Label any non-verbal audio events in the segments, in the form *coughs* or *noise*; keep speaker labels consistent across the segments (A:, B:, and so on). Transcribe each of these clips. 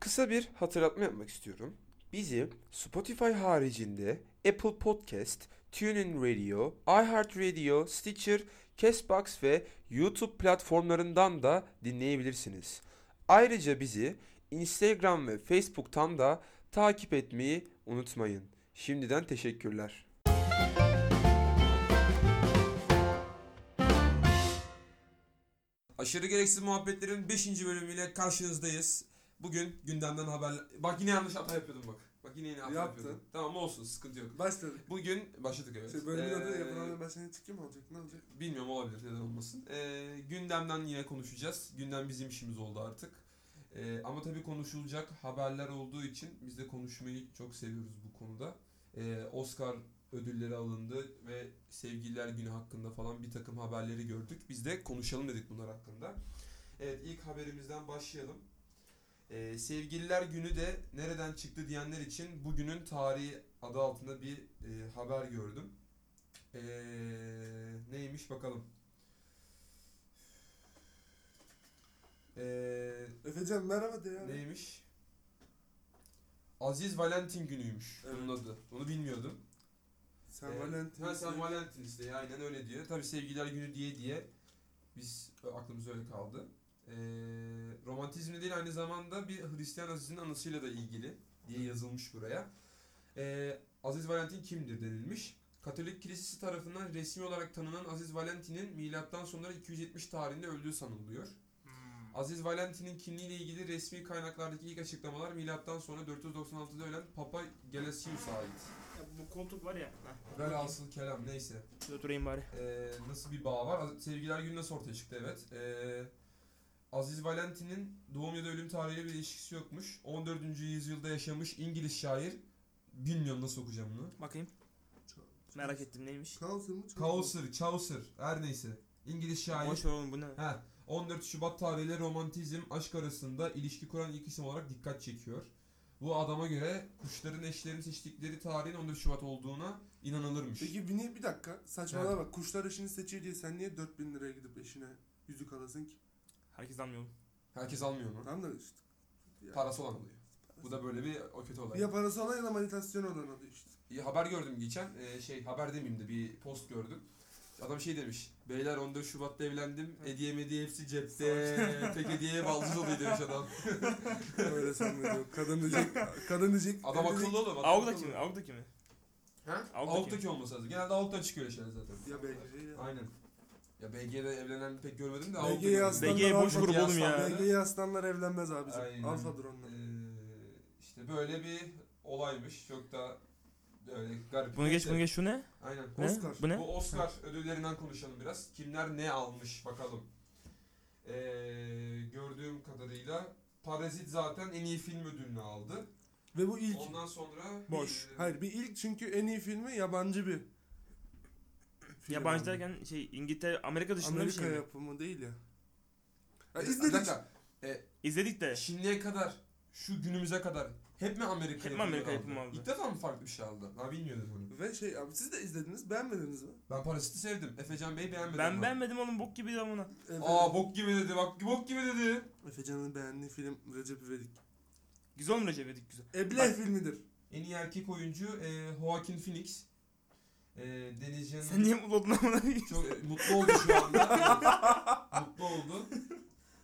A: Kısa bir hatırlatma yapmak istiyorum. Bizi Spotify haricinde Apple Podcast, TuneIn Radio, iHeartRadio, Stitcher, Castbox ve YouTube platformlarından da dinleyebilirsiniz. Ayrıca bizi Instagram ve Facebook'tan da takip etmeyi unutmayın. Şimdiden teşekkürler. Aşırı Gereksiz Muhabbetlerin 5. bölümüyle karşınızdayız. Bugün gündemden haber... Bak yine yanlış hata yapıyordum bak. Bak yine yine hata
B: Yaptın.
A: yapıyordum. Tamam olsun sıkıntı yok.
B: Başladık.
A: Bugün başladık evet.
B: Şey, bölümün adı
A: Ee,
B: yapılan ben seni çıkayım mı olacak ne olacak?
A: Bilmiyorum olabilir neden olmasın. Ee, gündemden yine konuşacağız. Gündem bizim işimiz oldu artık. Ee, ama tabii konuşulacak haberler olduğu için biz de konuşmayı çok seviyoruz bu konuda. Ee, Oscar ödülleri alındı ve Sevgililer Günü hakkında falan bir takım haberleri gördük. Biz de konuşalım dedik bunlar hakkında. Evet ilk haberimizden başlayalım. Ee, Sevgililer Günü de nereden çıktı diyenler için bugünün tarihi adı altında bir e, haber gördüm. Ee, neymiş bakalım. Ee,
B: Efecan merhaba de ya.
A: neymiş? Aziz Valentin günüymüş bunun
B: Evet.
A: adı. Onu bilmiyordum.
B: Sen
A: Ee,
B: Valentin.
A: Ha sen Valentin işte ya, aynen öyle diyor. Tabii sevgililer günü diye diye biz e, aklımız öyle kaldı. Ee, romantizmle değil aynı zamanda bir Hristiyan Aziz'in anısıyla da ilgili diye yazılmış buraya. Ee, Aziz Valentin kimdir denilmiş. Katolik Kilisesi tarafından resmi olarak tanınan Aziz Valentin'in milattan sonra 270 tarihinde öldüğü sanılıyor.
C: Hmm.
A: Aziz Valentin'in kimliğiyle ilgili resmi kaynaklardaki ilk açıklamalar milattan sonra 496'da ölen Papa Gelasius'a ait.
C: Ya bu koltuk var ya. heh.
A: Velhasıl kelam neyse.
C: Şurada Oturayım bari.
A: Ee, nasıl bir bağ var? Az- Sevgililer Günü nasıl ortaya çıktı? Evet. Ee, Aziz Valentin'in doğum ya da ölüm tarihiyle bir ilişkisi yokmuş. 14. yüzyılda yaşamış İngiliz şair. Bilmiyorum nasıl okuyacağım bunu.
C: Bakayım. Merak ettim neymiş.
B: Kaos mu?
A: Chaucer, Chaucer her neyse. İngiliz şair.
C: Boş ver oğlum bu ne?
A: Heh, 14 Şubat tarihli romantizm aşk arasında ilişki kuran ilk isim olarak dikkat çekiyor. Bu adama göre kuşların eşlerini seçtikleri tarihin 14 Şubat olduğuna inanılırmış.
B: Peki bir, niye- bir dakika saçmalama bak kuşlar eşini seçiyor diye sen niye 4000 liraya gidip eşine yüzük alasın ki?
C: Herkes anlıyor oğlum.
A: Herkes almıyor mu?
B: Tamam da işte. Ya,
A: Parası olan alıyor. Bu da böyle bir o kötü olay.
B: Ya parası olan ya da meditasyon olan adı
A: *laughs*
B: işte.
A: Bir haber gördüm geçen. Ee, şey haber demeyeyim de bir post gördüm. Adam şey demiş. Beyler 14 Şubat'ta evlendim. Hediye mediye hepsi cepte. *laughs* Tek hediye baldız oluyor demiş
C: *laughs*
A: adam.
B: Öyle sanmıyor. Kadın diyecek. Kadın diyecek.
A: Adam
B: evlilik-
A: akıllı oğlum. adam
C: Avuk'taki
A: akıllı.
C: mi? Avuk'taki mi?
A: Ha?
C: Avuk'taki.
A: Avuk'taki olması lazım. Genelde Avuk'tan çıkıyor öyle şeyler zaten.
B: Ya belki. şey ya.
A: Aynen. Ya BG'de evlenen pek görmedim de Avrupa
B: BG'yi
A: gördüm.
B: aslanlar
C: BG boş
B: alfa-
C: grup oğlum ya.
B: BG'yi aslanlar evlenmez abicim.
A: Aynen.
B: Alfadır onlar.
A: Ee, işte böyle bir olaymış. Çok da öyle garip.
C: Bunu geç
A: Neyse.
C: bunu geç şu ne?
A: Aynen.
C: Ne?
B: Oscar.
C: Bu ne?
A: Bu Oscar ödüllerinden konuşalım biraz. Kimler ne almış bakalım. Ee, gördüğüm kadarıyla Parazit zaten en iyi film ödülünü aldı.
B: Ve bu ilk.
A: Ondan sonra
C: Boş.
A: Ee,
B: Hayır bir ilk çünkü en iyi filmi yabancı bir. film
C: Yabancı
B: yani.
C: derken şey İngiltere, Amerika dışında bir
B: Amerika
C: şey mi?
B: yapımı değil ya.
A: e,
B: ya
A: bir
B: izledik.
A: dakika,
C: İzledik de.
A: Şimdiye kadar şu günümüze kadar hep mi Amerika
C: Hep mi
A: yapımı
C: Amerika
A: aldı?
C: yapımı aldı?
A: İlk defa mı farklı bir şey aldı? Ben bilmiyordum bunu.
B: Ve şey abi siz de izlediniz beğenmediniz mi?
A: Ben Parazit'i sevdim. Efecan Bey beğenmedi.
C: Ben
A: ama.
C: beğenmedim oğlum bok gibi de amına.
B: Efe,
A: Aa bok gibi dedi bak bok gibi dedi.
B: Efecan'ın beğendiği film Recep İvedik.
C: Güzel oğlum Recep İvedik güzel.
B: Ebleh
C: Bak-
B: filmidir.
A: En iyi erkek oyuncu e, Joaquin Phoenix. E, Deniz Can'ın-
C: Sen niye mutlu oldun amına?
A: *laughs* Çok e, mutlu oldu şu anda. mutlu oldu.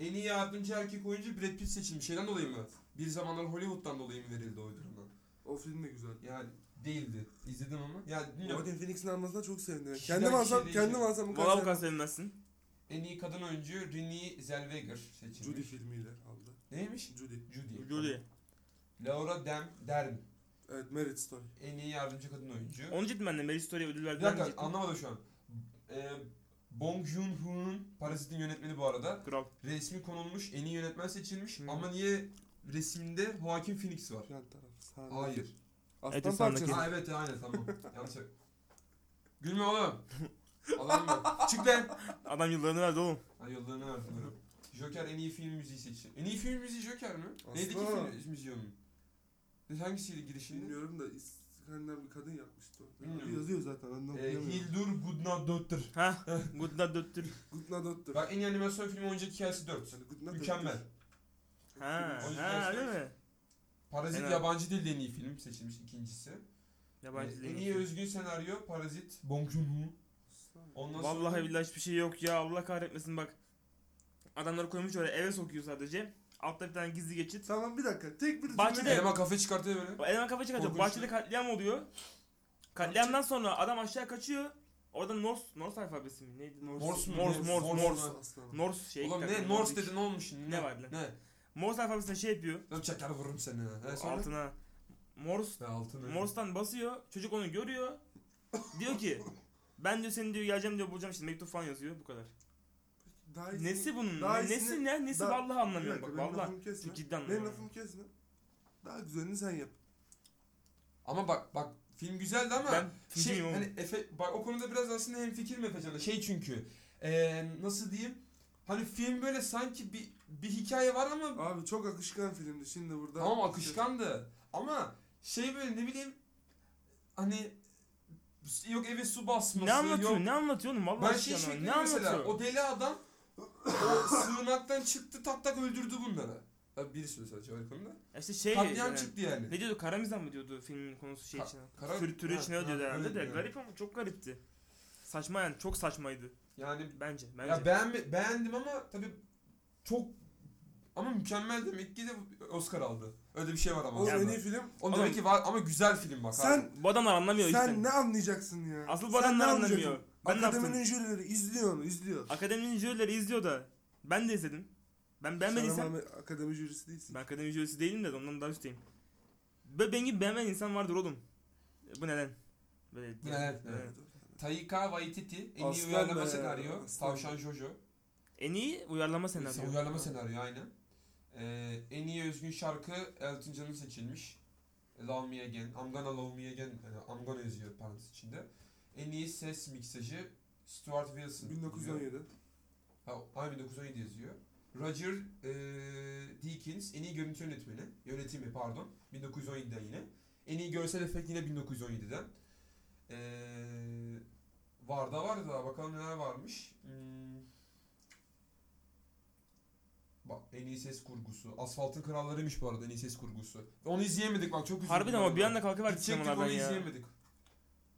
A: En iyi yardımcı erkek oyuncu Brad Pitt seçilmiş. Şeyden dolayı mı? Bir zamanlar Hollywood'dan dolayı mı verildi o ödülünden?
B: O film de güzel.
A: Yani değildi. İzledim ama. Yani bilmiyorum.
B: Joaquin Phoenix'in almasına çok sevindim.
A: Kişiden
B: Kendim alsam,
A: kişiye
B: kendim
A: değişiyor.
B: alsam bu
C: Valla bu kadar
B: kadar.
C: sevinmezsin.
A: En iyi kadın oyuncu Renée Zellweger seçilmiş.
B: Judy filmiyle aldı.
A: Neymiş?
B: Judy.
A: Judy.
C: Julie.
A: Laura Dem Dern.
B: Evet Merit Story.
A: En iyi yardımcı kadın oyuncu.
C: Onun için ben de Mary Story'e ödül
A: Bir
C: verdiler.
A: dakika anlamadım şu an. Ee, Bong Joon-ho'nun Parazit'in yönetmeni bu arada.
C: Kral.
A: Resmi konulmuş, en iyi yönetmen seçilmiş
C: Hı.
A: ama niye resimde Joaquin Phoenix var?
B: Yan taraf. Sahne.
A: Hayır.
B: Aslan
C: Etin
B: parçası.
C: sağındaki.
A: Ha evet aynen
B: *laughs*
A: tamam. Yanlış. yap- Gülme oğlum. Adam yok. Çık lan.
C: Adam yıllarını verdi oğlum.
A: Ha yollarını verdim. oğlum. Joker en iyi film müziği seçilmiş. En iyi film müziği Joker mi?
B: Aslan.
A: Neydi ki film müziği onun? Ne- Hangisiydi girişinde?
B: Bilmiyorum da İskandinav bir kadın yapmıştı. orada.
A: Bilmiyorum.
B: Yazıyor zaten ben de
A: Ee,
B: okuyamıyorum.
A: Hildur Gudnadottir.
C: Hah. Gudda döttür.
B: Gudnadot'tur.
A: Bak en iyi animasyon filmi oyuncak hikayesi 4.
B: Yani Gudnadot'tur.
A: Mükemmel.
C: Ha.
A: Oyuncu
C: Ha
A: göster.
C: öyle mi?
A: Parazit
C: En-
A: yabancı dilde en iyi film seçilmiş ikincisi.
C: Yabancı
A: Ee, en
C: değil.
A: iyi özgün senaryo Parazit, Bong Joon-ho. Ondan
C: Vallahi
A: sonra
C: billahi hiçbir şey yok ya Allah kahretmesin bak. Adamları koymuş öyle eve sokuyor sadece. Altta bir tane gizli geçit.
B: Tamam bir dakika. Tek bir
C: Bahçede-
B: cümle.
A: eleman kafe çıkartıyor böyle.
C: O Eleman kafa çıkartıyor.
A: Korkunç
C: Bahçede
A: değil.
C: katliam oluyor. Katliamdan sonra adam aşağı kaçıyor. Oradan Norse, Norse alfabesi mi? Neydi?
A: Morse mu?
C: Morse,
A: Ne?
C: Morse,
A: Morse
C: Morse.
A: mu?
B: Aslanım.
C: Norse şey.
A: Oğlum
C: takımı,
A: ne Norse
C: Nordic.
A: dedin ne olmuş şimdi?
C: Ne var lan?
A: Ne?
C: Morse alfabesine şey yapıyor.
A: Lan çeker vururum seni. ha. He, E, sonra?
C: altına. Morse
A: Ve altın. öyle.
C: Morse'tan basıyor. Çocuk onu görüyor. diyor ki ben diyor seni diyor geleceğim diyor bulacağım işte mektup falan yazıyor bu kadar.
B: Daha iyisini-
C: Nesi bunun?
B: daha
C: Ne- Nesi
B: iyisini-
C: ne? Nesi
B: daha-
C: vallahi
B: Bir
C: anlamıyorum
B: dakika,
C: bak
B: benim
C: vallahi.
B: lafımı kesme.
C: Çok ciddi
B: Benim
C: anlamıyorum.
B: lafımı kesme. Daha güzelini sen yap.
A: Ama bak bak film güzeldi ama
C: Ben
A: şey
C: şey,
A: hani Efe bak o konuda biraz aslında hem fikir mi Efecan'la şey çünkü eee, nasıl diyeyim hani film böyle sanki bir bir hikaye var ama
B: Abi çok akışkan filmdi şimdi burada.
A: tamam akışkandı ama şey böyle ne bileyim hani yok eve su basması
C: ne anlatıyor?
A: yok
C: Ne anlatıyor oğlum? Vallahi
A: ben şey
C: aşkına,
A: şeklinde
C: ne
A: mesela
C: anlatıyor?
A: o deli adam o
C: *coughs*
A: sığınaktan çıktı tak tak öldürdü bunları. Tabii birisi öyle sadece öyle konuda.
C: Ya İşte şey
A: Katliam
C: yani.
A: çıktı yani.
C: Ne diyordu? Karamizan mı diyordu filmin konusu şey
A: Ka-
C: için?
A: kara-
C: Türü türü
A: Ha,
C: için ne
A: ha,
C: diyordu herhalde
A: öyle
C: de.
A: diyor.
C: Garip ama çok garipti. Saçma yani çok saçmaydı
A: Yani
C: bence. Bence.
A: Ya beğenme, beğendim ama tabii çok ama mükemmel demek ki de Oscar aldı. Öyle bir şey var ama.
B: O en
A: aslında.
B: iyi film.
A: Onun
C: Oğlum-
A: demek ki var ama güzel film bak.
B: Sen
A: abi.
C: Bu adamlar anlamıyor
B: Sen
C: işte.
B: ne anlayacaksın ya?
C: Asıl bu
B: Sen ne
C: adamlar anlamıyor.
B: anlayacaksın?
C: Ben ne yaptım?
B: Akademinin jürileri izliyor onu izliyor.
C: Akademinin jürileri izliyor da. Ben de izledim. Ben
B: Sen
C: beğenmediysem.
B: ama akademi jürisi değilsin.
C: Ben akademi jürisi değilim de ondan daha üstteyim. Ve ben gibi beğenmeyen insan vardır oğlum. E, Bu neden? Böyle,
A: Bu neden? Evet. Taika Waititi en iyi
B: Aslan
A: uyarlama
B: be,
A: senaryo.
B: aslan.
A: Tavşan Jojo.
C: En iyi E, uyarlama senaryo.
A: Senaryo. Uyarlama senaryo aynen. Ee, en iyi özgün şarkı Elton John'un seçilmiş. Love Me Again. I'm Gonna Love Me Again. Yani I'm Gonna yazıyor parantez içinde. En iyi ses miksajı Stuart Wilson.
B: 1917.
A: Ha, aynı 1917 yazıyor. Roger eee Deakins en iyi görüntü yönetmeni. Yönetimi pardon. 1917'den yine. En iyi görsel efekt yine 1917'den. Eee var da var da bakalım neler varmış. Hmm. Bak en iyi ses kurgusu. Asfaltın Krallarıymış bu arada en iyi ses kurgusu. Onu izleyemedik bak çok üzüldüm.
C: Harbiden ama bir
A: vallahi.
C: anda kalkıverdik
A: Gidecektik
C: sinemalardan
A: onu
C: ya.
A: izleyemedik.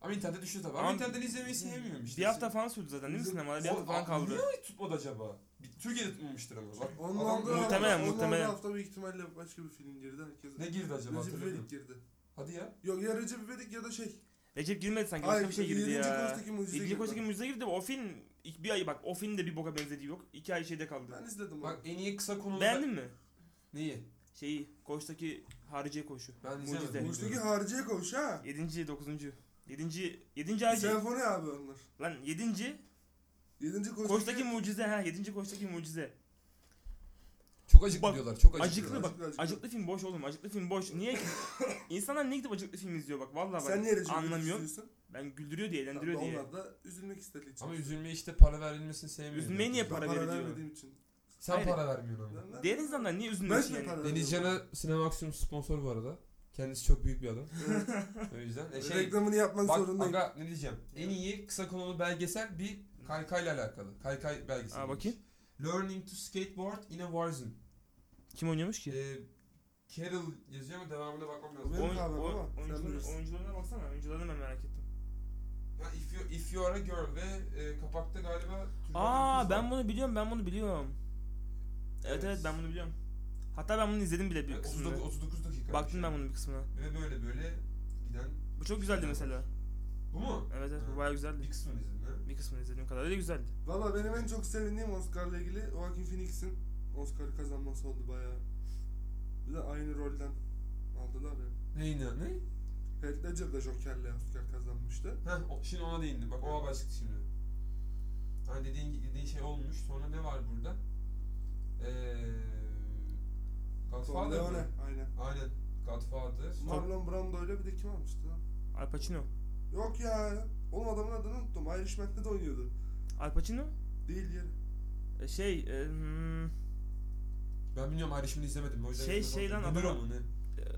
A: Ama internette düştü tabii. Ama
C: Ama
A: internetten izlemeyi sevmiyorum işte.
C: Bir hafta falan sürdü zaten değil mi
B: Bizim-
C: sinemada? Bir
A: O-
C: hafta falan
A: Aa,
C: kaldı.
A: Niye tutmadı acaba? Bir- Türkiye'de tutmamıştır ama. Bak,
B: Ondan
A: adam-
B: da-
C: Muhtemelen,
B: ondan da
C: muhtemelen.
B: hafta bir ihtimalle başka bir film girdi. Herkes
A: Ne girdi acaba
B: Recep
A: hatırlamıyorum.
B: İvedik girdi.
A: Hadi ya.
B: Yok ya Recep İvedik ya da şey.
C: Recep girmedi sanki
B: Ay,
C: başka bir şey girdi
B: Yedinci
C: ya.
B: Koç'taki Mucize
C: İdli
B: girdi.
C: Koç'taki müze girdi. O film ilk bir ay bak o film de bir boka benzediği yok. İki ay şeyde kaldı.
B: Ben izledim
A: Bak
B: onu.
A: en iyi kısa konu.
C: Beğendin mi? Şey,
A: Neyi?
C: Şeyi Koç'taki hariciye koşu.
A: Ben
C: Mucize.
A: izlemedim.
B: Koç'taki hariciye koş ha.
C: Yedinci, dokuzuncu. Yedinci, yedinci hariciye.
B: Senfoni abi onlar.
C: Lan yedinci
B: Yedinci Koç'taki...
C: Koç'taki mucize ha. Yedinci Koç'taki mucize.
A: Çok acıklı
C: Bak,
A: diyorlar. Çok acıklı.
C: Acıklı
A: diyorlar.
C: bak.
B: acıklı, acıklı.
C: Acıklı film boş oğlum. Acıklı film boş. Niye? İnsanlar niye gidip acıklı film izliyor bak. Vallahi bak.
B: Sen niye Recep İvedik
C: Anlamıyorum.
B: izliyorsun?
C: Ben güldürüyor diye, eğlendiriyor diye.
B: Onlar da üzülmek istediği için.
A: Ama üzülmeye işte para verilmesini sevmiyorum.
C: Üzülmeye niye
B: Ben
C: para veriliyor.
B: vermediğim için.
A: Sen
C: Hayır.
A: para vermiyorsun ama.
B: Ben ver-
C: Diğer insanlar niye
B: Ben
C: üzülmüyor
B: de
C: yani?
B: para
A: Deniz
B: vermiyorum.
A: Can'a Cinemaximum sponsor bu arada. Kendisi çok büyük bir adam.
B: Evet.
A: o yüzden. E *laughs* şey,
B: Reklamını yapmak
A: bak
B: zorundayım.
A: aga ne diyeceğim. En iyi kısa konulu belgesel bir kaykayla alakalı. Kaykay belgeseli.
C: Aa, bakayım.
A: Learning to skateboard in a Warzone.
C: Kim oynuyormuş ki?
A: Ee, Carol yazıyor ama devamına bakmam lazım.
B: Benim
C: Oyun-
B: kahvem
C: oy-
B: ama sen
C: oyuncuları-
B: bilirsin.
C: oyuncularına baksana. Oyuncularını ben merak ettim.
A: Ya if you, if you are a girl ve e, kapakta galiba Türk
C: Aa
A: oyuncusu var.
C: ben bunu biliyorum. Ben bunu biliyorum. Evet
A: Evet.
C: evet ben bunu biliyorum. Hatta ben bunu izledim bile bir
A: Yani
C: kısmını.
A: 39, 39 dakika. bir şey.
C: Baktım ben bunun bir kısmına.
A: Ve böyle böyle giden.
C: Bu çok güzeldi mesela.
A: Bu mu?
C: Evet evet
A: Ha.
C: bu bayağı güzeldi.
A: Bir kısmını izledin ha.
C: Bir kısmını izlediğim kadarıyla güzeldi.
B: Valla benim en çok sevindiğim Oscar'la ilgili Joaquin Phoenix'in Oscar'ı kazanması oldu bayağı. Bir de aynı rolden aldılar ya.
A: Neydi? Ne?
B: Heath Ledger de Joker'le Oscar kazanmıştı.
A: Heh, o- şimdi ona değindim. Bak o haber çıktı şimdi. Hani dediğin, dediğin şey olmuş. Sonra ne var burada? Eee...
B: Tom
A: Godfather
B: Leone.
A: mı?
B: Aynen.
A: Aynen. Godfather.
B: Marlon Brando'yla bir de kim almıştı lan?
C: Al Pacino.
B: Yok ya. Oğlum adamın adını unuttum. Irishman'de de oynuyordu.
C: Al Pacino?
B: Değil yeri.
C: E, Şey, e, hmm,
A: Ben bilmiyorum ayrışımını izlemedim. O yüzden
C: Şey- şey lan
A: Dönür o
C: adam-
A: mu ne?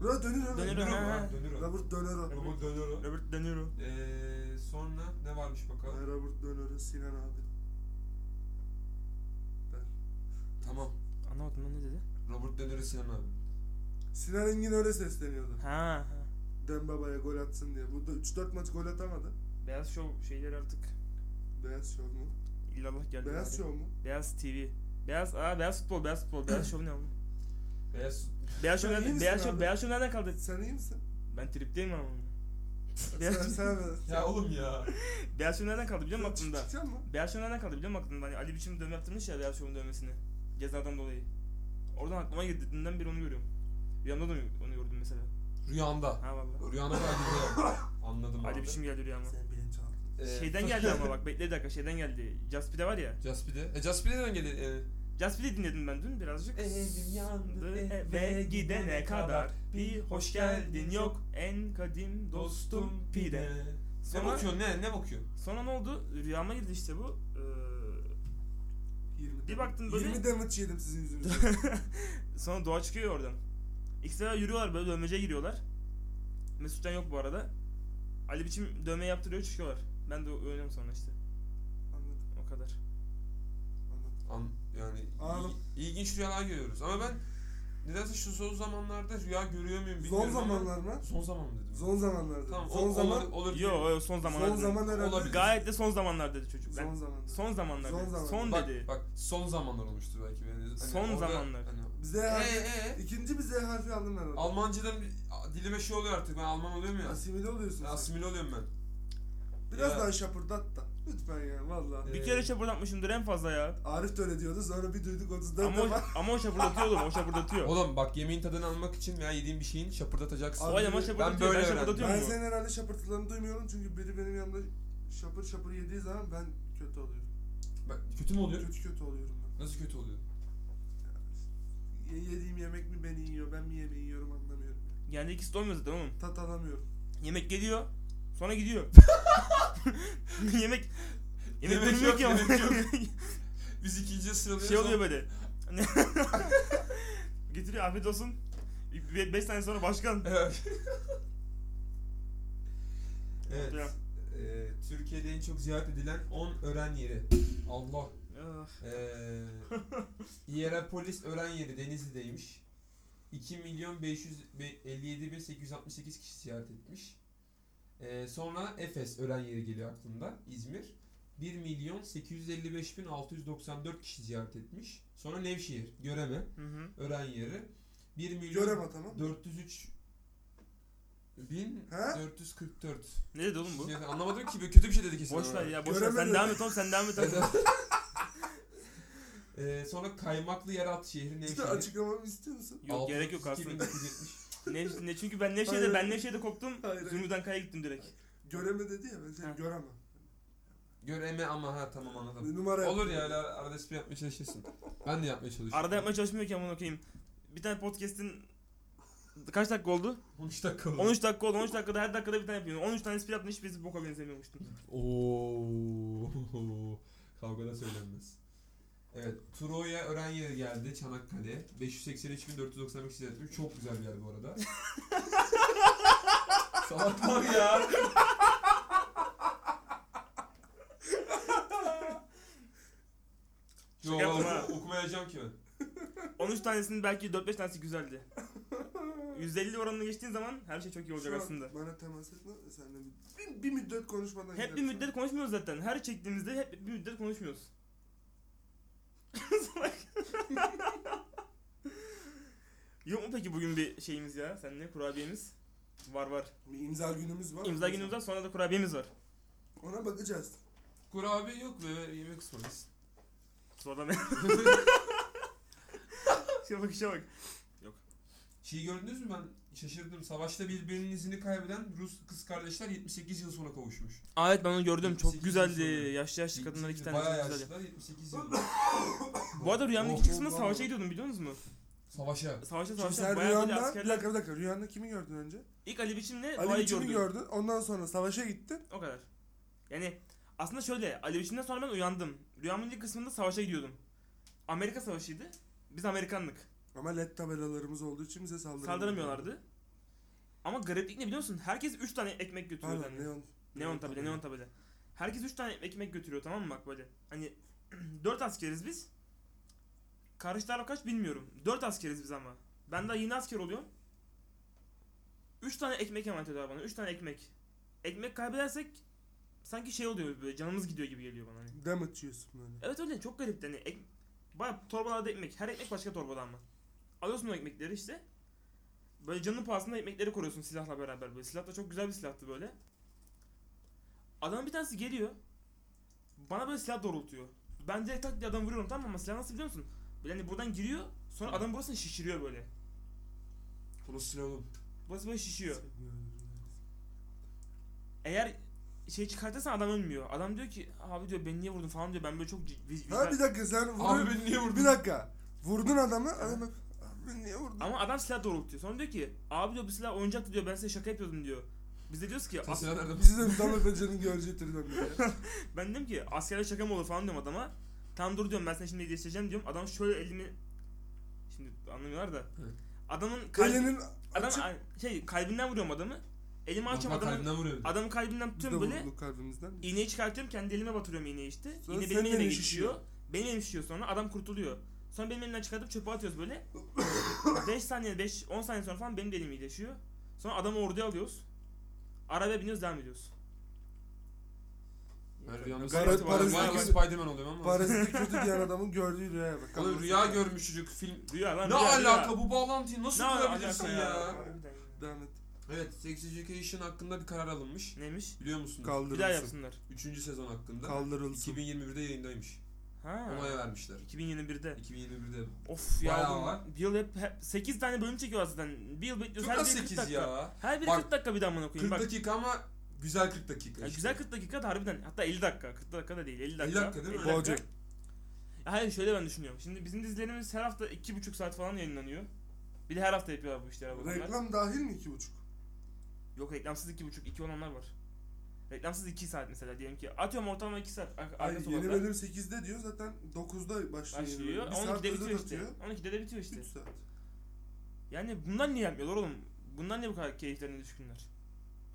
B: Robert De Niro.
C: De Niro.
A: Dönür o mu?
C: ha.
A: ha? Dönür o.
B: Robert De Niro.
A: Robert De Niro.
C: Robert De Niro.
A: Eee Ee, sonra ne varmış bakalım.
B: Ay, Robert De Niro, Sinan abi.
A: Tamam.
C: Anlamadım lan ne dedi?
A: Robert De Niro Sinan abi.
B: Sinan Engin öyle sesleniyordu.
C: Ha, ha.
B: Dembaba'ya gol atsın diye. Bu da 3-4 maç gol atamadı.
C: Beyaz Show şeyleri artık
B: Beyaz şov mu?
C: illallah geldi.
B: Beyaz
C: bari.
B: şov mu?
C: Beyaz TV. Beyaz, aa beyaz futbol, beyaz futbol, beyaz show ne oğlum?
A: Beyaz
C: Beyaz show
B: Sen iyi
C: nereden,
B: misin
C: beyaz show,
B: abi?
C: beyaz show nereden kaldı?
B: Sen iyi misin?
C: Ben tripteyim ama.
B: sen,
C: Beyaz,
B: sen, sen,
A: ya oğlum ya.
C: beyaz show nereden kaldı biliyor musun aklımda?
B: Çıkacak mı?
C: Beyaz Şov'un nereden kaldı biliyor musun aklımda? Hani Ali biçim dövme yaptırmış ya Beyaz Şov'un dövmesini. Cezadan dolayı. Oradan aklıma girdi. Dünden beri onu görüyorum. Rüyamda da onu gördüm mesela.
A: Rüyanda.
C: Ha valla.
A: Rüyana geldi. de- Anladım
C: Ali
A: abi.
C: biçim geldi rüyama.
B: Sen bilinçaltı.
A: Ee, *laughs*
C: şey- Şeyden geldi ama bak bekle bir dakika şeyden geldi. Jaspide var ya.
A: Caspide. E Caspide'den geldi. E,
C: Jaspide dinledim ben dün birazcık.
A: Evim yandı,
C: Ve gidene kadar bir hoş geldin yok en kadim dostum pide.
A: Ee, Ne
C: Sonra,
A: bakıyorsun ne? Ne bakıyorsun?
C: sonra ne oldu? Rüyama girdi işte bu. Ee,
B: 20
C: Bir baktın böyle-
B: böyle... 20 damage yedim sizin yüzünüzden.
C: Sonra doğa çıkıyor oradan. İlk sefer yürüyorlar böyle dövmeceye giriyorlar. Mesutcan yok bu arada. Ali biçim dövme yaptırıyor çıkıyorlar. Ben de oynuyorum sonra işte.
B: anladım,
C: O kadar.
B: anladım.
A: An, yani
B: Anladım.
A: il- ilginç rüyalar görüyoruz. Ama ben nedense şu son zamanlarda rüya görüyor muyum
B: Son
A: bilmiyorum
B: zamanlar mı?
A: ama. Son zaman mı dedim?
B: Son zamanlarda.
A: Tamam,
B: son
A: o- olur,
B: zaman.
A: olur.
C: Yo yo, son zamanlar.
B: son
C: dedi.
B: zaman herhalde.
A: Olabilir.
C: Gayet de son zamanlar dedi çocuk. Ben
B: Son zamanlar.
C: son zamanlar.
B: Son
C: dedi.
B: zamanlar.
C: Son
A: bak,
C: dedi.
A: bak son zamanlar olmuştu belki. Yani hani
C: Son zamanlar.
A: Hani,
B: Bize
A: e,
B: harfi.
A: e, e.
B: İkinci bize harfi aldım ben orada.
A: Almancadan bir- a- dilime şey oluyor artık. Ben Alman oluyorum ya.
B: Asimile oluyorsun sen.
A: Asimile oluyorum ben.
B: Biraz
A: Ya.
B: daha şapırdat da. Lütfen ya valla.
A: E,
C: Bir kere şapırdatmışımdır en fazla ya.
B: Arif de öyle diyordu sonra bir duyduk 34
C: Ama o,
B: defa.
C: ama o şapırdatıyor oğlum. O şapırdatıyor.
A: Oğlum bak yemeğin tadını almak için veya yediğin bir şeyin şapırdatacaksın.
B: Abi,
C: O adam o
B: ben
C: şapırdatıyor. Ben,
A: böyle
C: şapırdatıyor
B: Ben
C: mu?
B: senin herhalde şapırtılarını duymuyorum çünkü biri benim yanımda şapır şapır yediği zaman ben kötü oluyorum.
A: Bak, kötü mü oluyor?
B: Kötü kötü oluyorum ben.
A: Nasıl kötü oluyor?
B: Ya, yediğim yemek mi beni yiyor ben mi yemeği yiyorum anlamıyorum.
C: Yani ikisi de olmuyor zaten oğlum.
B: Tat alamıyorum.
C: Yemek geliyor. Sonra gidiyor.
A: *laughs*
C: *laughs* yemek Yemek,
A: Yemek
C: dönmüyor
A: yok,
C: ki ama.
A: yemek yok. Biz ikinci sıralıyız.
C: *laughs* şey oluyor böyle. Hani Getiriyor afiyet olsun. 5 tane sonra başkan.
A: *laughs* Evet. evet.
C: Ya.
A: Eee, Türkiye'de en çok ziyaret edilen 10 öğren yeri. Allah.
C: Ah,
A: Eee Ee, Hierapolis öğren yeri Denizli'deymiş. 2 milyon 557 bin 868 kişi ziyaret etmiş. Eee, sonra Efes öğren yeri geliyor aklımda. İzmir. 1 milyon 855 bin 694 kişi ziyaret etmiş. Sonra Nevşehir, Göreme,
C: Hı hı.
A: öğren yeri. 1 milyon
B: Görem ha tamam.
A: 403 bin
B: He?
A: 444.
C: Ne dedi oğlum bu?
A: Yani Şey, anlamadım ki böyle kötü bir şey dedi kesin.
C: Boş ver
A: ama.
C: ya boş ver.
B: Göremedim.
C: Sen devam et oğlum sen devam et. oğlum.
A: *laughs* Ee, sonra kaymaklı yeraltı şehri
B: İşte
A: Nevşehir.
B: açıklamamı istiyor musun?
C: yok gerek yok aslında.
A: 2970.
C: ne, ne, çünkü ben Nevşehir'de
B: Hayır.
C: ben Nevşehir'de koptum.
B: Hayır, hayır.
C: Zümrüt'ten kaya gittim direkt.
B: Göreme dedi ya ben
C: Ha.
B: seni göremem.
A: Göreme ama ha tamam
B: *laughs*
A: anladım.
B: Numara
A: Olur ya
B: yapıyorum.
A: ara- arada espri yapmaya çalışırsın. Ben de yapmaya çalışıyorum.
C: Arada yapmaya çalışmıyor ki amına okuyayım. Bir tane podcast'in kaç dakika oldu?
A: 13 dakika oldu.
C: 13 dakika oldu. 13 dakikada her dakikada bir tane yapıyorum. 13 tane espri yaptın hiçbirisi boka benzemiyormuştun.
A: Oo. *laughs* Kavgada söylenmez. Evet, Troya öğren yeri geldi Çanakkale. 583.495 kişi ziyaret etmiş. Çok güzel bir yer bu
C: *laughs*
A: arada. Salak var ya. Yo,
C: Şaka yapma.
A: oku- okumayacağım ki ben.
C: 13 tanesinin belki 4-5 tanesi güzeldi. %50 oranını geçtiğin zaman her şey çok iyi olacak
B: Şu an
C: aslında.
B: Bana temas etme senle bir, bir müddet konuşmadan
C: Hep bir
B: gidelim
C: müddet konuşmuyoruz zaten. Her çektiğimizde hep bir müddet konuşmuyoruz. *laughs* Yok mu peki bugün bir şeyimiz ya? Sen ne kurabiyemiz? Var var.
B: sonra. Bir imza günümüz var.
C: İmza günümüz var sonra da kurabiyemiz var.
B: Ona bakacağız.
A: Kurabiye yok ve yemek
C: *laughs*
A: ısmarlasın.
C: Sonra ben... *laughs* Şuna bak şuna bak.
A: Şeyi gördünüz mü ben şaşırdım. Savaşta birbirinin izini kaybeden Rus kız kardeşler 78 yıl sonra kavuşmuş.
C: Aa, evet ben onu gördüm. Çok
A: 78
C: güzeldi.
A: sonra.
C: Yaşlı yaşlı kadınlar iki tane.
A: Bayağı
C: güzeldi.
A: yaşlılar 78 yıl.
C: Bu arada rüyamın
A: Oh,
C: iki kısmında
B: oh,
C: savaşa
B: oh.
C: gidiyordum biliyor musunuz?
A: Savaşa.
C: Savaşa
B: Şimdi
C: savaşa
B: sen
C: bayağı böyle
B: rüyanda, bir
C: askerler.
B: dakika bir dakika rüyanda kimi gördün önce?
C: İlk Ali biçimle
B: Ali
C: Doğa'yı
B: Biçim'i
C: gördüm.
B: gördün ondan sonra savaşa gittin.
C: O kadar. Yani aslında şöyle Ali Biçim'den sonra ben uyandım. Rüyamın ilk kısmında savaşa gidiyordum. Amerika savaşıydı. Biz Amerikanlık.
B: Ama led tabelalarımız olduğu için bize saldıramıyorlar.
C: Saldıramıyorlardı. Ama gariplik ne biliyor musun? Herkes 3 tane ekmek götürüyor.
B: Pardon
C: yani.
B: neon.
C: Neon tabela, neon tabela. Herkes 3 tane ekmek götürüyor tamam mı bak böyle. Hani *clears throat* 4 askeriz biz. Karşı taraf kaç bilmiyorum. 4 askeriz biz ama. Ben daha yeni asker oluyorum. Üç tane ekmek emanet ediyorlar bana. Üç tane ekmek. Ekmek kaybedersek sanki şey oluyor böyle canımız gidiyor gibi geliyor bana. Hani.
B: Damage yiyorsun böyle.
C: Evet öyle çok garip hani. Ek... Baya torbalarda ekmek. Her ekmek başka torbada ama. Alıyorsun o ekmekleri işte. Böyle canın pahasına ekmekleri koruyorsun silahla beraber böyle. Silah da çok güzel bir silahtı böyle. Adam bir tanesi geliyor. Bana böyle silah doğrultuyor. Ben direkt tak diye adamı vuruyorum tamam mı? Ama silah nasıl biliyor musun? Böyle hani buradan giriyor. Sonra adam burasını şişiriyor böyle.
A: Konuşsun oğlum.
C: Burası böyle şişiyor. Eğer şey çıkartırsan adam ölmüyor. Adam diyor ki abi diyor beni niye vurdun falan diyor. Ben böyle çok vi- vi-
B: Ha
C: vizel-
B: bir dakika sen
A: Abi
B: vurun.
A: beni niye vurdun?
B: Bir dakika. Vurdun adamı. Adam abi beni niye
C: *laughs*
B: vurdun?
C: Ama adam silah doğrultuyor. Sonra diyor ki abi diyor bu silah oyuncaktı diyor ben size şaka yapıyordum diyor. Biz de diyoruz ki
A: Sen
C: "As-
A: silah nereden
B: Bizi de Mustafa Paşa'nın göreceği türden böyle.
C: ben dedim ki askerde şaka mı olur falan diyorum adama. Tam dur diyorum ben seni şimdi iyileştireceğim diyorum. Adam şöyle elimi şimdi anlamıyorlar da.
A: Evet.
C: Adamın kalbi,
B: Kalenin
C: adam
B: açıp
C: şey kalbinden vuruyorum adamı. Elimi açıyorum
A: Bak,
C: adamın
A: kalbinden vuruyor.
C: adamın kalbinden
B: biz de
C: tutuyorum böyle.
B: vurduk kalbimizden.
C: İğneyi çıkartıyorum kendi elime batırıyorum iğneyi işte.
B: Sonra
C: İğne
B: senin
C: benim elime
B: elin
C: geçiyor. Benim elim şişiyor sonra adam kurtuluyor. Sonra benim elimden çıkartıp çöpe atıyoruz böyle.
A: *coughs*
C: 5 saniye 5 10 saniye sonra falan benim de elim iyileşiyor. Sonra adamı orduya alıyoruz. Arabaya biniyoruz devam ediyoruz.
A: Ben rüyamda
B: Garip
A: Spiderman-
B: parazit-
A: Bayağı Spiderman oluyorum ama.
B: Parazitlik kötü diyen adamın gördüğü rüyaya bak.
A: Oğlum rüya görmüş çocuk film.
C: Rüya lan
A: Ne
C: rüya, rüya.
A: alaka bu bağlantıyı nasıl
C: Ne
A: kurabilirsin
C: alaka
A: ya?
C: ya?
B: Devam et.
A: Evet Sex Education hakkında bir karar alınmış.
C: Neymiş?
A: Biliyor musunuz?
C: Bir daha
B: Kaldırılsın.
C: yapsınlar.
A: 3. sezon hakkında.
B: Kaldırılsın.
A: 2021'de yayındaymış.
C: Ha.
A: Onaya vermişler.
C: 2021'de.
A: 2021'de.
C: Of ya.
A: Bayağı
C: oğlum,
A: var.
C: Bir yıl hep 8 tane bölüm çekiyorlar zaten. Bir yıl bekliyoruz.
A: Çok
C: Her
A: az
C: biri 40
A: 8
C: dakika.
A: ya.
C: Her biri
A: Bak,
C: 40 dakika bir daha amına
A: 40
C: koyayım. Bak.
A: dakika ama güzel 40 dakika.
C: Ya
A: işte.
C: güzel 40 dakika da harbiden hatta 50 dakika 40 dakika da değil 50 dakika.
A: 50 dakika değil mi?
B: Bojack.
C: Ya hayır şöyle ben düşünüyorum. Şimdi bizim dizilerimiz her hafta 2,5 saat falan yayınlanıyor. Bir de her hafta yapıyorlar bu işleri adamlar.
B: Reklam dahil mi iki buçuk?
C: Yok reklamsız 2,5 2 olanlar var. Reklamsız 2 saat mesela diyelim ki atıyorum ortalama 2 saat ar-
B: Ay,
C: arka
B: yeni
C: sokakta
B: bölüm 8'de diyor zaten 9'da başlıyor. yeni
C: başlıyor.
B: bölüm. Bir saat
C: 12'de bitiyor
B: özet
C: işte.
B: atıyor.
C: 12'de de bitiyor işte.
B: 3 saat.
C: Yani bundan niye yapmıyorlar oğlum? Bundan niye bu kadar keyiflerine düşkünler?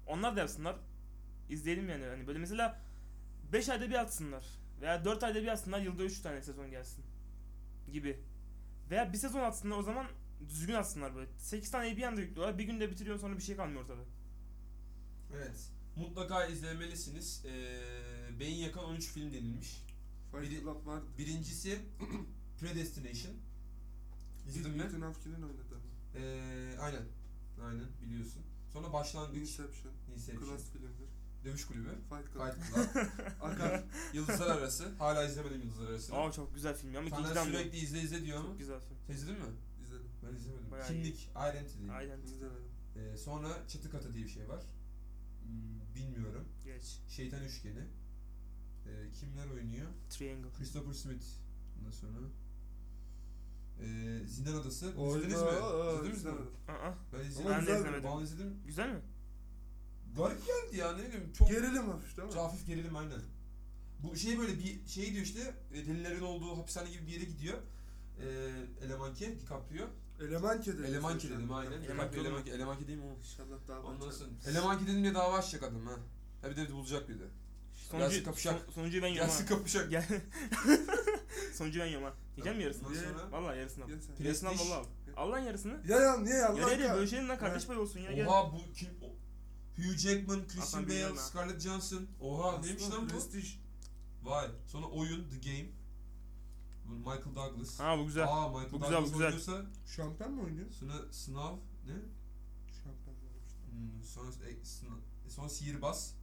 C: Onlar da yapsınlar. İzleyelim yani. Hani böyle mesela 5 ayda bir atsınlar. Veya 4 ayda bir atsınlar. Yılda 3 tane sezon gelsin. Gibi. Veya bir sezon atsınlar o zaman düzgün atsınlar böyle. 8 taneyi bir anda yüklüyorlar. Bir günde bitiriyorsun sonra bir şey kalmıyor ortada.
A: Evet. Mutlaka izlemelisiniz. Ee, beyin yakan 13 film denilmiş. Biri-
B: Fight Club vardı.
A: Birincisi *clears throat* Predestination. İzledin mi?
B: Bütün Afkin'in oynadı ama.
A: Ee, aynen. Aynen biliyorsun. Sonra başlangıç.
B: Inception.
A: Inception.
B: Klas filmdir.
A: Dövüş kulübü.
B: Fight Club.
A: Fight Club.
B: *laughs* Akar.
A: Yıldızlar Arası. Hala izlemedim Yıldızlar Arası'nı.
C: Aa çok güzel film ya ama ikinci
A: Senden
C: damla.
A: sürekli izle izle diyor ama.
C: Çok güzel film.
A: Sen izledin mi?
B: İzledim.
A: Ben izlemedim.
C: Bayağı iyi.
A: Kimlik, Identity.
C: Aynen.
B: İzlemedim.
A: Ee, sonra Çatı Katı diye bir şey var. Hmm, Bilmiyorum.
C: Geç.
A: Şeytan Üçgeni. Ee, kimler oynuyor?
C: Triangle.
A: Christopher Smith. Ondan sonra. Ee, Zindan Adası. İzlediniz mi?
B: Oyna-
A: İzlediniz mi?
B: İzlemedim.
C: Aa.
A: Ben izledim.
B: Ama
C: Ben de
B: güzel-
C: izlemedim.
A: Ben izledim.
C: Güzel mi?
A: Garip geldi ya ne bileyim. Çok
B: Gerilim hafifti ama.
A: hafif gerilim aynen. Bu şey böyle bir şey diyor işte e, delilerin olduğu hapishane gibi bir yere gidiyor. Ee, Elemanke, DiCaprio.
B: Elemanke dedim.
A: Elemanke dedim aynen.
C: Elemanke
A: DiCaprio,
C: olur mu?
A: Elemanke, Elemanke değil mi o?
B: İnşallah daha
A: Ondan
B: başlar.
A: sonra Elemanke dedim diye dava açacak adam ha. Ha bir de bulacak bir de. Gelsin
C: Sonuncu,
A: kapışak.
C: son, sonuncuyu ben yiyorum ha.
A: Gelsin kapışacak.
C: Gel. *laughs* Sonuncu ben yiyorum ha. Yiyeceğim mi yarısını?
A: Ondan
B: Ye.
A: sonra
C: Vallahi yarısını al.
B: Gel sen.
A: Prestij.
C: Yarısını al vallahi al. Al lan yarısını.
B: Ya ya niye ya?
C: Yarı yarıya
B: Allah
C: bölüşelim lan kardeş
B: Ha.
C: payı olsun ya gel.
A: Oha bu kim? o- Hugh Jackman, Christian
C: Hasan bilmem
A: Bale,
C: ha.
A: Scarlett Johansson. Oha neymiş lan bu?
B: Prestij.
A: Vay. Sonra oyun The Game. Bu Michael Douglas.
C: Ha bu güzel.
A: Aa Michael
C: Bu güzel,
A: Douglas
C: bu güzel.
A: oynuyorsa
B: Şampiyon mu oynuyor?
A: sonra sınav ne?
B: Şampiyon mu oynuyor?
A: Hmm, sonra, e, sınav, e, sonra sihirbaz.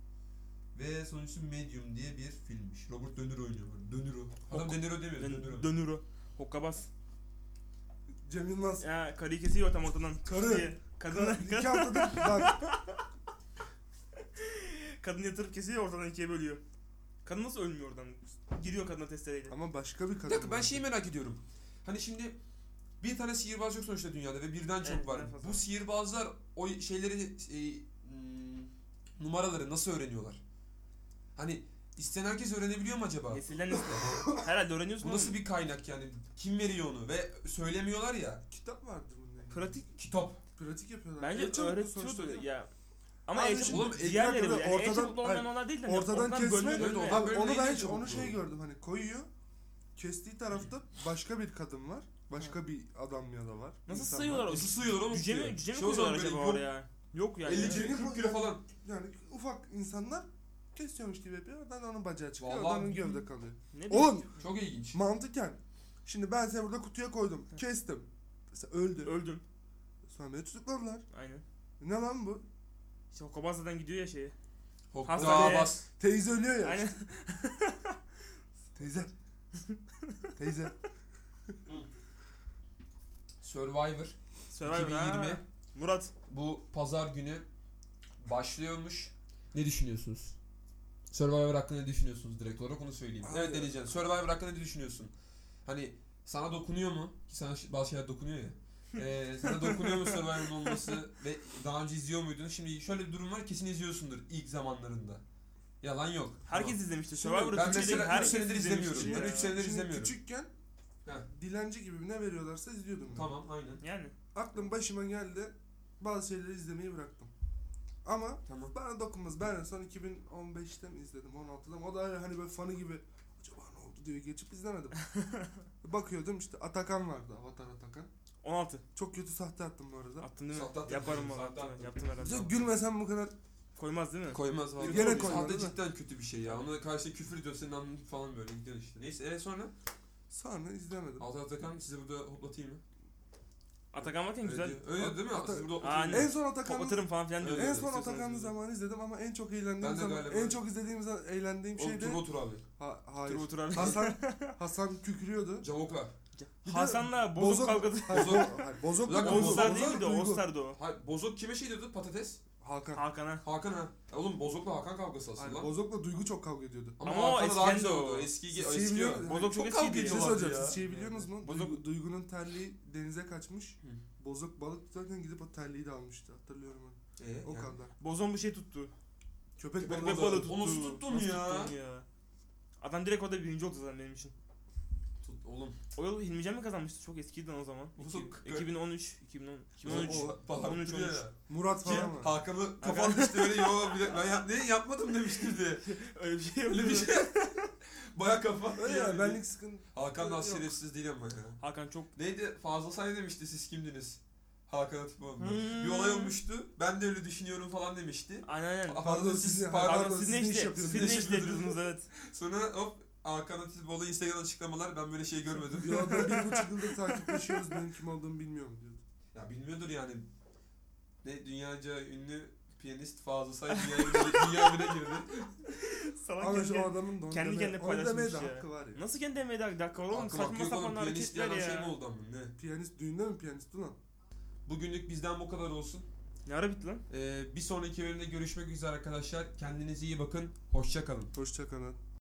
A: Ve sonuncusu Medium diye bir filmmiş. Robert De Niro oynuyor. böyle. De Niro. Adam
C: Hok-
A: De Niro demiyor. De Niro.
C: Dön- Dönür o. Hokkabaz.
B: Cem Yılmaz. *laughs*
C: Ya karıyı kesiyor tam ortadan.
B: Karı.
C: Diye. Kadını,
B: İki haftadır bak.
C: *laughs* kadın yatırıp kesiyor ortadan ikiye bölüyor. Kadın nasıl ölmüyor oradan? Giriyor kadına testereyle.
B: Ama başka bir
A: Bir
B: kadın.
A: dakika ben
B: var.
C: şey-
A: şeyi merak ediyorum. Hani şimdi bir tane sihirbaz yok sonuçta dünyada ve birden çok
C: Evet,
A: var.
C: birden fazla.
A: Bu sihirbazlar o şeyleri e, hmm, numaraları nasıl öğreniyorlar? Hani isteyen herkes öğrenebiliyor mu acaba?
C: Nesilden nesile. Herhalde öğreniyorsun.
A: Bu nasıl bir kaynak yani? Kim veriyor onu? Ve söylemiyor ya.
B: Kitap vardır bununla ilgili.
C: pratik?
A: Kitap.
B: Pratik yapıyorlar.
C: Bence
B: Eğitim sonuçta
C: öğretiyordu
B: değil mi?
C: ya. Ama
B: Abi
C: eğitim
B: şimdi-
C: oğlum
A: Oğlum,
C: diğerleri
B: eğitim
C: böyle. Yani
B: ortadan-
C: eğitim olmayan olanlar değil de. hani
B: Ortadan kesme.
C: bölünüyor,
A: Evet,
C: bölünüyor.
A: oradan-
B: Abi
A: Bölümle
B: onu ben
A: ilgili
B: hiç
A: çok
B: onu
A: bu.
B: şey gördüm hani koyuyor. Kestiği tarafta başka bir kadın var. Başka bir adam ya da var.
C: Nasıl
B: insan
C: sayıyorlar
B: var.
C: o?
A: Nasıl sıyıyorlar oğlum?
C: Cüce
A: suyu?
C: mi, cüce mi
A: Şey o zaman
C: koyuyorlar acaba
A: böyle yok-
C: oraya? Yok yani.
A: 50 kilo
B: Yani-
A: 40 kilo falan.
B: Yani ufak insanlar kesiyormuş gibi yapıyor. Oradan onun bacağı çıkıyor.
A: Vallahi-
B: Oradan onun gövde kalıyor.
C: Ne bileyim.
B: Oğlum
A: Çok ilginç.
B: mantıken. Şimdi ben seni burada kutuya koydum. Kestim. Mesela öldü.
C: Öldüm.
B: Sonra beni tutukladılar.
C: Aynen.
B: Ne lan bu?
C: İşte Hokobaz zaten gidiyor ya şeye.
A: Hop
C: Hastaneye-
A: daha bas.
B: Teyze ölüyor ya.
C: Aynen.
A: *laughs*
B: Teyze. Teyze.
A: Survivor
C: Survivor.
A: 2020.
C: ha. Murat.
A: bu pazar günü başlıyormuş. Ne düşünüyorsunuz? Survivor hakkında ne düşünüyorsunuz direkt olarak onu söyleyeyim.
B: Abi.
A: Evet deneyeceğim. Survivor hakkında ne düşünüyorsun? Hani sana dokunuyor mu? Ki sana ş- bazı şeyler dokunuyor ya. Ee, sana dokunuyor mu Survivor'ın olması ve daha önce izliyor muydun? Şimdi şöyle bir durum var kesin izliyorsundur ilk zamanlarında. Yalan yok.
C: Herkes
A: Tamam.
C: izlemişti.
B: Şimdi
C: Survivor'ı
A: ben
C: Türkiye'deki
A: mesela üç
C: herkes
A: senedir
C: izlemişti
A: izlemiyorum.
C: ya.
A: Ben üç senedir-
B: Şimdi
A: izlemiyorum.
B: küçükken
A: Heh.
B: dilenci gibi ne veriyorlarsa izliyordum ben.
A: Tamam aynen.
C: Yani.
B: Aklım başıma geldi. Bazı şeyleri izlemeyi bıraktım. Ama
A: Tamam.
B: bana dokunmaz. Ben en son 2015'te mi izledim 16'da mı? O da hani böyle fanı gibi acaba ne oldu diye
A: *laughs*
B: geçip izlemedim. Bakıyordum işte Atakan vardı. Avatar Atakan.
C: 16.
B: Çok kötü sahte attım bu arada.
C: Attın değil mi?
A: Sahte attın.
C: Yaparım valla.
A: Sahte
C: Yaptım,
A: attın.
C: yaptım herhalde.
B: Bize gülmesem bu kadar
C: Koymaz değil mi?
A: Koymaz vallahi.
B: Gene
A: Sahte
B: koymaz, değil mi?
A: cidden kötü bir şey ya. Ona karşı küfür ediyor senin anın falan böyle gidiyorsun işte. Neyse e sonra
B: sonra izlemedim.
A: Altı Atakan size burada hoplatayım mı?
C: Atakan varken
A: Öyle
C: güzel.
A: diyor. Öyle değil mi?
B: Ata-
A: Siz burada
C: Aynen.
A: oturun.
B: En son Atakan'ın
C: Toplatırım falan filan diyor.
A: Evet,
B: en son
A: istiyorsanız
B: Atakan'ın
A: izleyin.
B: zamanı izledim ama en çok
A: Ben
B: eğlendiğim
A: de
B: zaman,
A: galiba.
B: en çok izlediğim zaman eğlendiğim
A: Oğlum
B: şey de
A: Turbo Tur abi.
B: ha,
C: Otur
B: hayır.
C: otur abi.
B: Hasan *laughs* Hasan kükrüyordu.
A: Cavoklar.
B: Bir de
C: Hasan'la bozuk kavgası.
B: Hayır,
A: Bozok-
B: hayır, bozok.
A: Bir dakika,
B: Bozok-
A: Oğuzlar
C: Oğuzlar
B: Bozok
C: değil miydi? o?
B: Duygu.
C: Oğuzlar'dı o.
A: Hayır, Bozok kime şey diyordu? Patates.
B: Hakan.
C: Hakan'a.
A: Hakan ha. Ya Oğlum Bozok'la Hakan kavgası
B: Hayır,
A: aslında lan.
B: Bozok'la Duygu çok kavga ediyordu.
A: Ama,
C: Ama o
A: Hakan'a daha
C: eskiden
A: güzel
C: de o.
A: oldu. Eski,
B: Siz
A: eski,
B: şey biliyor
A: eski
B: musunuz?
C: Bozok çok
B: çok
C: eskiydi
B: kavga
C: ya.
B: ediyorlar.
C: Diyorlardı
B: Hocam,
C: ya.
B: siz şey biliyor musunuz? mu?
C: Bozok-
B: Duygu- Duygu'nun terliği denize kaçmış.
A: Hı.
B: Bozok balık tutarken gidip o terliği de almıştı. Hatırlıyorum ben.
A: Ee,
B: O
A: yani.
B: kadar.
C: Bozon bu şey tuttu.
B: Köpek
A: Köpek
B: balığı.
C: Ve
A: Nasıl-
C: balı tuttu.
A: onu nasıl tuttun
C: Nasıl
A: ya?
C: tuttun ya? Adam direkt orada birinci oldu zaten benim için.
A: Tut, oğlum.
C: O yıl Hilmi Can mı kazanmıştı? Çok eskiydi lan o zaman.
A: Bozok-
C: 2013, 2010,
A: Bozok
C: 2013.
A: o- falan
C: 13,
A: duruyor
C: 13.
A: ya.
B: Murat
A: Ki
B: falan var.
A: Hakan'ı kafan düştü öyle yo bir de- ben yap, ne yapmadım demiştir diye.
C: Öyle bir şey
A: Öyle bir şey. *laughs* Baya kafa.
B: Öyle ya benlik sıkıntı.
A: Hakan da
B: Yok.
A: şerefsiz değil ama ya.
C: Hakan çok
A: Neydi fazla say demişti siz kimdiniz? Hakan Atipoğlu.
C: Hmm.
A: Bir olay olmuştu. Ben de öyle düşünüyorum falan demişti.
C: aynen aynen.
A: Pardon,
B: Pardon,
A: siz,
B: siz-
A: pardon,
C: Hakan siz ne
B: iş
C: işte?
B: yapıyorsunuz,
C: Siz ne
A: iş
C: işte
A: yapıyorsunuz?
C: yapıyorsunuz evet.
A: Sonra hop Hakan Atipoğlu Instagram açıklamalar ben böyle şey görmedim. *laughs*
B: Ya da bir buçuk yıldır takipleşiyoruz. Benim kim olduğumu bilmiyorum diyordu.
A: ya bilmiyordur yani. Ne dünyaca ünlü piyanist Fazıl Say dünyaya bile, dünya bile girdi.
C: Salak
B: Ama şu
C: kendi.
B: adamın da onu
C: kendi
B: demeye-
C: kendine
B: onu demeye de
C: paylaşmış şey. ya.
B: hakkı var ya.
C: Nasıl kendi demeye dakika dakika *laughs* oğlum?
A: Hakkım hakkı
C: Saçma
A: yok
C: sapan
A: oğlum piyanist
C: hareketler
A: yalan şey mi
C: ya.
A: oldu ama ne?
B: Piyanist düğünde mi piyanist ulan?
A: Bugünlük bizden bu kadar olsun.
C: Ne ara bitti lan?
A: Ee, bir sonraki bölümde görüşmek üzere arkadaşlar. Kendinize iyi bakın. Hoşça kalın.
B: Hoşça kalın.